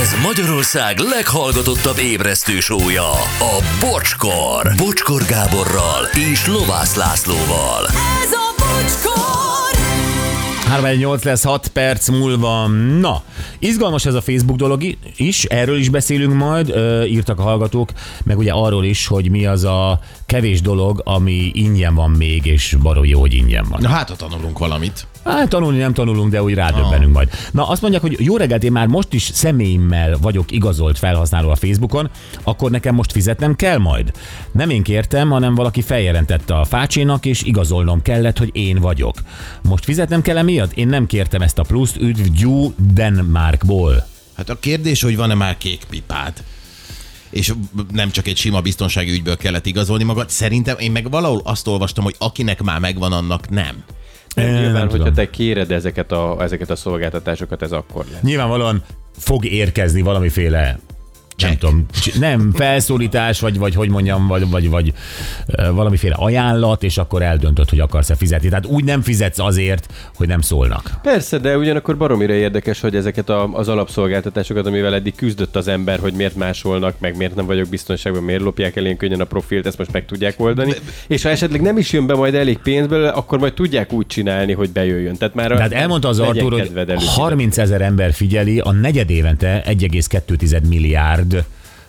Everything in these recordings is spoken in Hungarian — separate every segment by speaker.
Speaker 1: Ez Magyarország leghallgatottabb ébresztő sója, a Bocskor. Bocskor Gáborral és Lovász Lászlóval.
Speaker 2: Ez a bocskor!
Speaker 3: 3-8 lesz 6 perc múlva. Na, izgalmas ez a Facebook dolog i- is, erről is beszélünk majd, ö, írtak a hallgatók, meg ugye arról is, hogy mi az a kevés dolog, ami ingyen van még, és baromi jó, hogy ingyen van.
Speaker 4: Na hát, ha tanulunk valamit.
Speaker 3: Hát tanulni nem tanulunk, de úgy rádöbbenünk majd. Na azt mondják, hogy jó reggelt, én már most is személyemmel vagyok igazolt felhasználó a Facebookon, akkor nekem most fizetnem kell majd. Nem én kértem, hanem valaki feljelentette a fácsénak, és igazolnom kellett, hogy én vagyok. Most fizetnem kell emiatt? Én nem kértem ezt a pluszt, üdv Gyú Denmarkból.
Speaker 4: Hát a kérdés, hogy van-e már kék pipád? És nem csak egy sima biztonsági ügyből kellett igazolni magad. Szerintem én meg valahol azt olvastam, hogy akinek már megvan, annak nem.
Speaker 3: Én
Speaker 5: Nyilván,
Speaker 3: nem
Speaker 5: hogyha
Speaker 3: tudom.
Speaker 5: te kéred ezeket a, ezeket a szolgáltatásokat, ez akkor lesz.
Speaker 3: Nyilvánvalóan fog érkezni valamiféle nem
Speaker 4: Check.
Speaker 3: tudom, cs- nem, felszólítás, vagy, vagy hogy mondjam, vagy, vagy, vagy ö, valamiféle ajánlat, és akkor eldöntöd, hogy akarsz-e fizetni. Tehát úgy nem fizetsz azért, hogy nem szólnak.
Speaker 5: Persze, de ugyanakkor baromira érdekes, hogy ezeket a, az alapszolgáltatásokat, amivel eddig küzdött az ember, hogy miért másolnak, meg miért nem vagyok biztonságban, miért lopják el ilyen könnyen a profilt, ezt most meg tudják oldani. És ha esetleg nem is jön be majd elég pénzből, akkor majd tudják úgy csinálni, hogy bejöjjön. Tehát már a-
Speaker 3: Tehát hát elmondta az
Speaker 5: legyen
Speaker 3: Artur, hogy
Speaker 5: kedved előtt.
Speaker 3: 30 ezer ember figyeli a negyed évente 1,2 milliárd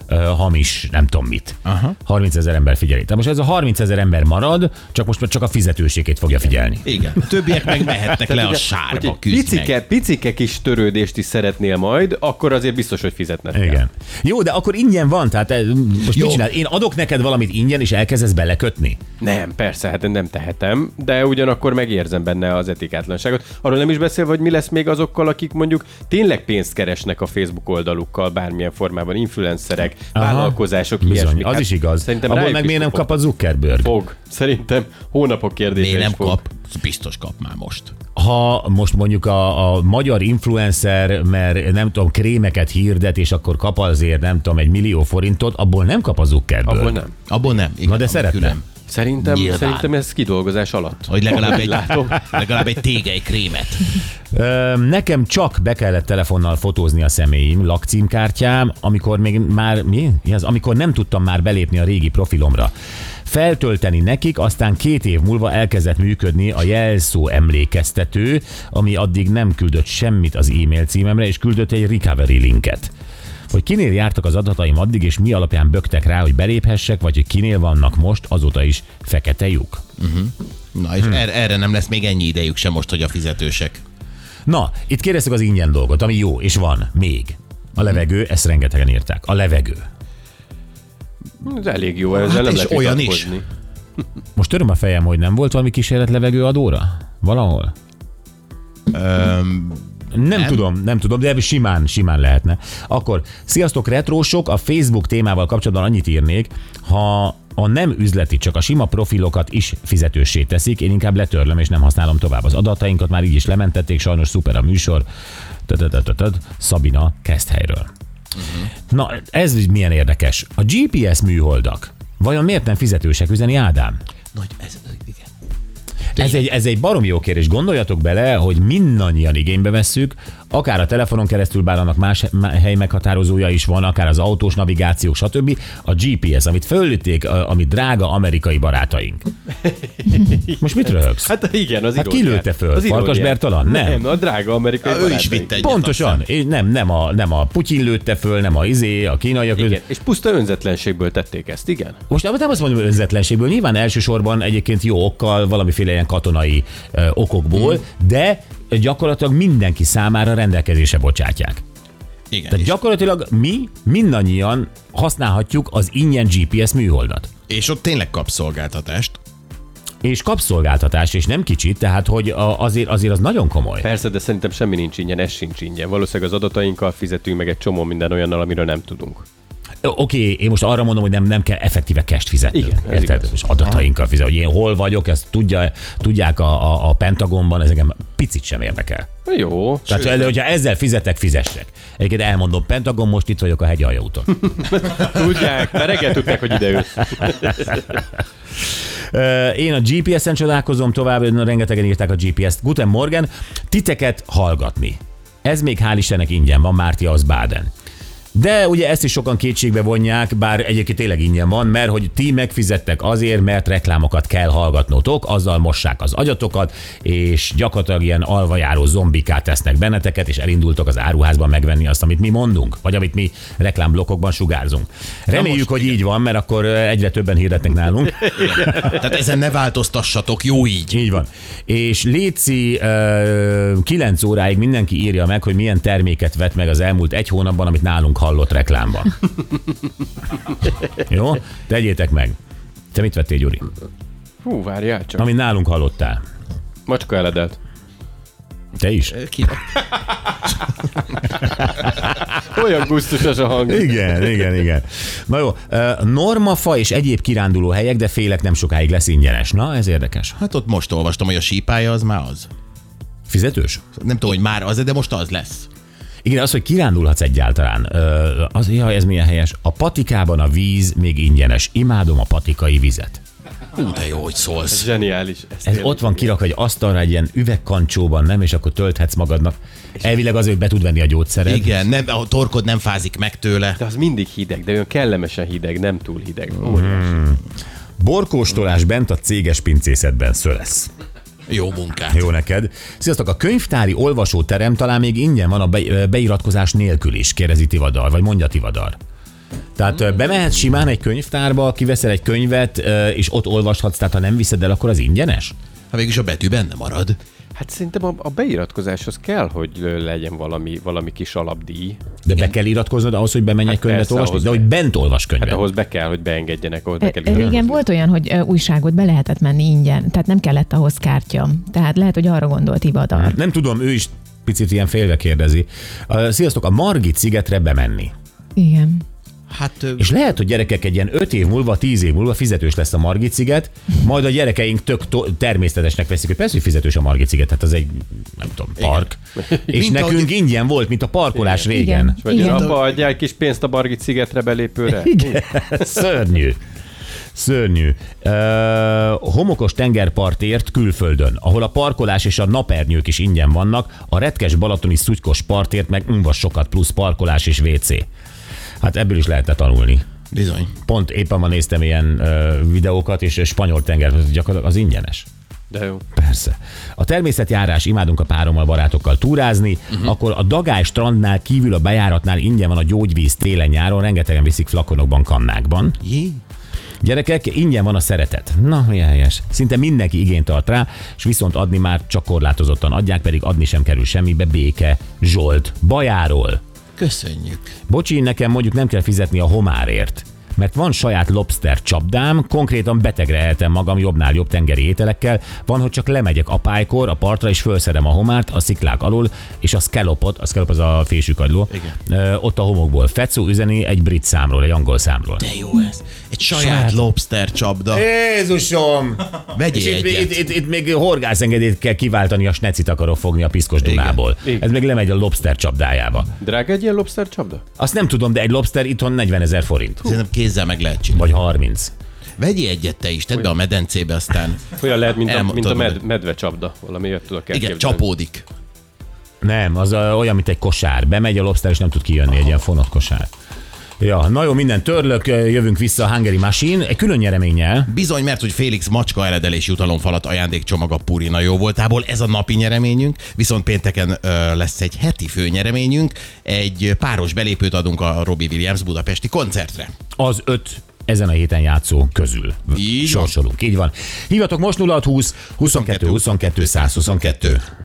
Speaker 3: ö, hamis, nem tudom mit. Aha. 30 ezer ember figyeli. Tehát most ez a 30 ezer ember marad, csak most már csak a fizetőségét fogja figyelni.
Speaker 4: Igen. A többiek meg mehetnek le a
Speaker 5: Ugye,
Speaker 4: sárba.
Speaker 5: hogyha
Speaker 4: küzd meg.
Speaker 5: picike, picike kis törődést is szeretnél majd, akkor azért biztos, hogy fizetned kell.
Speaker 3: Igen. Jó, de akkor ingyen van, tehát eh, most Jó.
Speaker 4: Jó.
Speaker 3: mit csinál? Én adok neked valamit ingyen, és elkezdesz belekötni?
Speaker 5: Nem, persze, hát én nem tehetem, de ugyanakkor megérzem benne az etikátlanságot. Arról nem is beszélve, hogy mi lesz még azokkal, akik mondjuk tényleg pénzt keresnek a Facebook oldalukkal, bármilyen formában, influencerek, Aha. vállalkozások,
Speaker 3: Bizony,
Speaker 5: ilyesmik.
Speaker 3: az
Speaker 5: Hát
Speaker 3: is igaz.
Speaker 5: Szerintem
Speaker 3: Abból
Speaker 5: rájuk
Speaker 3: meg
Speaker 5: is
Speaker 3: miért nem
Speaker 5: fog-
Speaker 3: kap a Zuckerberg?
Speaker 5: Fog. Szerintem hónapok kérdése
Speaker 4: Miért
Speaker 5: is
Speaker 4: nem
Speaker 5: fog.
Speaker 4: kap? Biztos kap már most.
Speaker 3: Ha most mondjuk a, a magyar influencer, mert nem tudom, krémeket hirdet, és akkor kap azért, nem tudom, egy millió forintot, abból nem kap a Zuckerberg.
Speaker 5: Abból nem.
Speaker 4: Abból nem. Igen,
Speaker 3: Na de
Speaker 4: abból
Speaker 3: szeretne.
Speaker 4: külön.
Speaker 5: Szerintem,
Speaker 4: Nyilván.
Speaker 5: szerintem ez kidolgozás alatt.
Speaker 4: Hogy legalább egy,
Speaker 5: Látom.
Speaker 4: legalább egy tégely krémet.
Speaker 3: Ö, Nekem csak be kellett telefonnal fotózni a személyim, lakcímkártyám, amikor még már, mi? mi az? Amikor nem tudtam már belépni a régi profilomra. Feltölteni nekik, aztán két év múlva elkezdett működni a jelszó emlékeztető, ami addig nem küldött semmit az e-mail címemre, és küldött egy recovery linket. Hogy kinél jártak az adataim addig, és mi alapján böktek rá, hogy beléphessek, vagy hogy kinél vannak most, azóta is fekete lyuk.
Speaker 4: Na
Speaker 3: Hm.
Speaker 4: és erre, erre nem lesz még ennyi idejük sem most, hogy a fizetősek.
Speaker 3: Na, itt kérdeztük az ingyen dolgot, ami jó, és van, még. A levegő, ezt rengetegen írták. A levegő.
Speaker 5: Ez elég jó, ezzel
Speaker 4: Hát
Speaker 5: nem
Speaker 4: és
Speaker 5: lehet
Speaker 4: olyan is.
Speaker 5: vitatkozni.
Speaker 3: Most töröm a fejem, hogy nem volt valami kísérlet levegőadóra? Valahol?
Speaker 4: Öm,
Speaker 3: Nem, nem tudom, nem tudom, de simán, simán lehetne. Akkor, sziasztok retrósok, a Facebook témával kapcsolatban annyit írnék, ha a nem üzleti, csak a sima profilokat is fizetőssé teszik, én inkább letörlöm és nem használom tovább. Az adatainkat már így is lementették, sajnos szuper a műsor. Tötötötötöt, Szabina Keszthelyről. Na, ez is milyen érdekes. A GPS műholdak vajon miért nem fizetősek üzeni Ádám?
Speaker 4: nagy, ez, igen.
Speaker 3: Ez egy, ez egy barom jó kérdés. Gondoljatok bele, hogy mindannyian igénybe vesszük, akár a telefonon keresztül, bár annak más he- hely meghatározója is van, akár az autós navigáció, stb. A GPS, amit föllütték, a- ami drága amerikai barátaink. Most mit röhögsz?
Speaker 5: Hát igen, az
Speaker 3: Hát ki
Speaker 5: iróniát.
Speaker 3: lőtte föl?
Speaker 5: Az iróniát.
Speaker 3: Farkas Bertalan? Nem.
Speaker 5: Nem, a drága amerikai
Speaker 4: Ő is
Speaker 5: barátaink.
Speaker 4: vitte egyet.
Speaker 3: Pontosan. És Nem, nem, a, nem a Putyin lőtte föl, nem a izé, a kínaiak lőtte.
Speaker 5: Igen, és puszta önzetlenségből tették ezt, igen.
Speaker 3: Most nem nem azt mondom, hogy önzetlenségből, nyilván elsősorban egyébként jó okkal, valamiféle ilyen katonai ö, okokból,
Speaker 5: Mhm.
Speaker 3: mm. de gyakorlatilag mindenki számára rendelkezésre bocsátják.
Speaker 4: Igen,
Speaker 3: Tehát
Speaker 4: és,
Speaker 3: gyakorlatilag mi mindannyian használhatjuk az ingyen GPS műholdat.
Speaker 4: és ott tényleg kap szolgáltatást.
Speaker 3: És kapszolgáltatás, és nem kicsit, tehát hogy a- azért, azért az nagyon komoly.
Speaker 5: Persze, de szerintem semmi nincs ingyen, ez sincs ingyen. Valószínűleg az adatainkkal fizetünk meg egy csomó minden olyannal, amiről nem tudunk.
Speaker 3: Ö, Oké, én most arra mondom, hogy nem, nem kell effektíve cash fizetni.
Speaker 5: Igen, ez
Speaker 3: Érted?
Speaker 5: igaz.
Speaker 3: És adatainkkal fizet, hogy én hol vagyok, ezt tudja, tudják a, a, a Pentagonban, ez engem picit sem érdekel.
Speaker 5: Na Jó,
Speaker 3: Tehát, Sőt, hogyha ezzel fizetek, fizessek. Egyébként elmondom, Pentagon, most itt vagyok a hegyalja úton.
Speaker 5: tudják, mert reggel tudták, hogy ide jössz.
Speaker 3: Ö, Én a GPS-en csodálkozom tovább, na, rengetegen írták a GPS-t. Guten Morgen, titeket hallgatni. Ez még hál' Istennek ingyen van, Márti az Báden. De ugye ezt is sokan kétségbe vonják, bár egyébként tényleg ingyen van, mert hogy ti megfizettek azért, mert reklámokat kell hallgatnotok, azzal mossák az agyatokat, és gyakorlatilag ilyen alvajáró zombiká tesznek benneteket, és elindultok az áruházban megvenni azt, amit mi mondunk, vagy amit mi reklámblokkokban sugárzunk. Reméljük,
Speaker 4: most
Speaker 3: hogy így van, mert akkor ö, egyre többen hirdetnek nálunk.
Speaker 4: Tehát Hát ezen ne változtassatok, jó így.
Speaker 3: Így van. És Léci ö, 9 óráig mindenki írja meg, hogy milyen terméket vett meg az elmúlt egy hónapban, amit nálunk hallott reklámban. Jó? Tegyétek meg. Te mit vettél, Gyuri?
Speaker 5: Hú, várjál csak.
Speaker 3: Amit nálunk hallottál.
Speaker 5: Macska eledelt.
Speaker 3: Te is?
Speaker 4: Ki-
Speaker 5: Olyan gusztusos a hang.
Speaker 3: Igen, igen, igen. Na jó, ö, normafa és egyéb kiránduló helyek, de félek nem sokáig lesz ingyenes. Na, ez érdekes.
Speaker 4: Hát ott most olvastam, hogy a sípája az már az.
Speaker 3: Fizetős?
Speaker 4: Nem tudom, hogy már az, de most az lesz.
Speaker 3: Igen, az, hogy kirándulhatsz egyáltalán, ö, az, jaj, ez milyen helyes. A patikában a víz még ingyenes. Imádom a patikai vizet.
Speaker 4: Ú, de jó, hogy szólsz.
Speaker 5: Zseniális.
Speaker 3: Ez ott van kirak egy asztalra egy ilyen üvegkancsóban, nem? És akkor tölthetsz magadnak. Elvileg az, hogy be tud venni a gyógyszeret.
Speaker 4: Igen, nem, a torkod nem fázik meg tőle.
Speaker 5: De az mindig hideg, de olyan kellemesen hideg, nem túl hideg. Mm.
Speaker 3: Borkóstolás bent a céges pincészetben szölesz.
Speaker 4: Jó munkát.
Speaker 3: Jó neked. Sziasztok, a könyvtári olvasóterem talán még ingyen van a be- ö, beiratkozás nélkül is, kérdezi Tivadar, vagy mondja Tivadar. Tehát ö, bemehetsz simán egy könyvtárba, kiveszel egy könyvet, ö, és ott olvashatsz, tehát ha nem viszed el, akkor az ingyenes?
Speaker 4: Ha végülis a betű benne marad.
Speaker 5: Hát szerintem a, a beiratkozáshoz kell, hogy ö, legyen valami, valami kis alapdíj.
Speaker 3: De be kell iratkoznod ahhoz, hogy bemenj egy könyvet
Speaker 5: Hát persze,
Speaker 3: olvasni,
Speaker 5: ahhoz
Speaker 3: de hogy bent olvas könyvet.
Speaker 5: Hát ahhoz be kell, hogy beengedjenek, ahhoz be kell
Speaker 6: Ö, Régen volt olyan, hogy ö, újságot be lehetett menni ingyen, tehát nem kellett ahhoz kártya. Tehát lehet, hogy arra gondolt Ivadar.
Speaker 3: Hát Nem tudom, ő is picit ilyen félve kérdezi. Ö, Sziasztok, a Margit szigetre bemenni.
Speaker 6: Igen.
Speaker 4: Hát ö,
Speaker 3: És lehet, hogy gyerekek egy ilyen 5 év múlva, 10 év múlva fizetős lesz a Margit sziget, majd a gyerekeink tök to- természetesnek veszik, hogy persze, hogy fizetős a Margit sziget, hát az egy, nem tudom, park. És
Speaker 4: Mint
Speaker 3: nekünk
Speaker 4: ahogy-
Speaker 3: ingyen volt, mint a parkolás régen.
Speaker 5: Vagy
Speaker 6: Igen.
Speaker 5: abba adjál egy kis pénzt a Bargit szigetre belépőre?
Speaker 3: Igen. Szörnyű. Szörnyű. Uh, homokos tengerpartért külföldön, ahol a parkolás és a napernyők is ingyen vannak, a retkes balatoni szutykos partért meg unvas sokat plusz parkolás és WC. Hát ebből is lehetne tanulni.
Speaker 4: bizony.
Speaker 3: Pont éppen ma néztem ilyen ö, videókat, és és spanyol tenger, gyakorlatilag az ingyenes.
Speaker 5: De jó.
Speaker 3: Persze. A természetjárás, imádunk a párommal, barátokkal túrázni, uh-huh. akkor a Dagály strandnál kívül a bejáratnál ingyen van a gyógyvíz télen-nyáron, rengetegen viszik flakonokban, kannákban.
Speaker 4: Jé.
Speaker 3: Gyerekek, ingyen van a szeretet. Na, milyen helyes. Szinte mindenki igényt tart rá, és viszont adni már csak korlátozottan adják, pedig adni sem kerül semmibe. Béke, Zsolt, Bajáról.
Speaker 4: Köszönjük.
Speaker 3: Bocsi, nekem mondjuk nem kell fizetni a homárért mert van saját lobster csapdám, konkrétan betegre eltem magam jobbnál jobb tengeri ételekkel, van, hogy csak lemegyek a pálykor, a partra, és felszerem a homárt a sziklák alól, és a scallopot, a scallop az a fésűkagyló, ö, ott a homokból. Fecó üzeni egy brit számról, egy angol számról.
Speaker 4: De jó ez. Egy saját,
Speaker 3: Saját.
Speaker 4: lobster csapda.
Speaker 3: Jézusom! És
Speaker 4: Vegyél
Speaker 3: itt,
Speaker 4: egyet.
Speaker 3: még- itt, itt, itt még horgászengedélyt kell kiváltani, a snecit akarok fogni a piszkos Dunából.
Speaker 5: Igen.
Speaker 3: Ez még lemegy a lobster csapdájába.
Speaker 5: Drága egy ilyen lobster csapda?
Speaker 3: Azt nem tudom, de egy lobster itthon 40 ezer forint.
Speaker 4: Szerintem kézzel meg lehet csinálni.
Speaker 3: Vagy 30.
Speaker 4: Vegyél egyet te is, tedd be a medencébe, aztán
Speaker 5: Olyan lehet, mint a,
Speaker 4: Elmondtad,
Speaker 5: mint a med,
Speaker 4: hogy-
Speaker 5: medve csapda. Valami ilyet tudok
Speaker 4: igen,
Speaker 5: elképzelni.
Speaker 4: csapódik.
Speaker 3: Nem, az ö, olyan, mint egy kosár. Bemegy a lobster, és nem tud kijönni egy ilyen fonott kosár. Ja, na jó, minden törlök, ö, jövünk vissza a Hungary Machine, egy külön nyereménnyel.
Speaker 4: Bizony, mert hogy Félix macska eledelés jutalomfalat ajándékcsomaga Purina jó voltából, ez a napi nyereményünk, viszont pénteken ö, lesz egy heti főnyereményünk, egy páros belépőt adunk a Robbie Williams budapesti koncertre.
Speaker 3: Az öt ezen a héten játszó közül
Speaker 4: Így van.
Speaker 3: sorsolunk. Így van. Hívatok most 0620 22 22 122.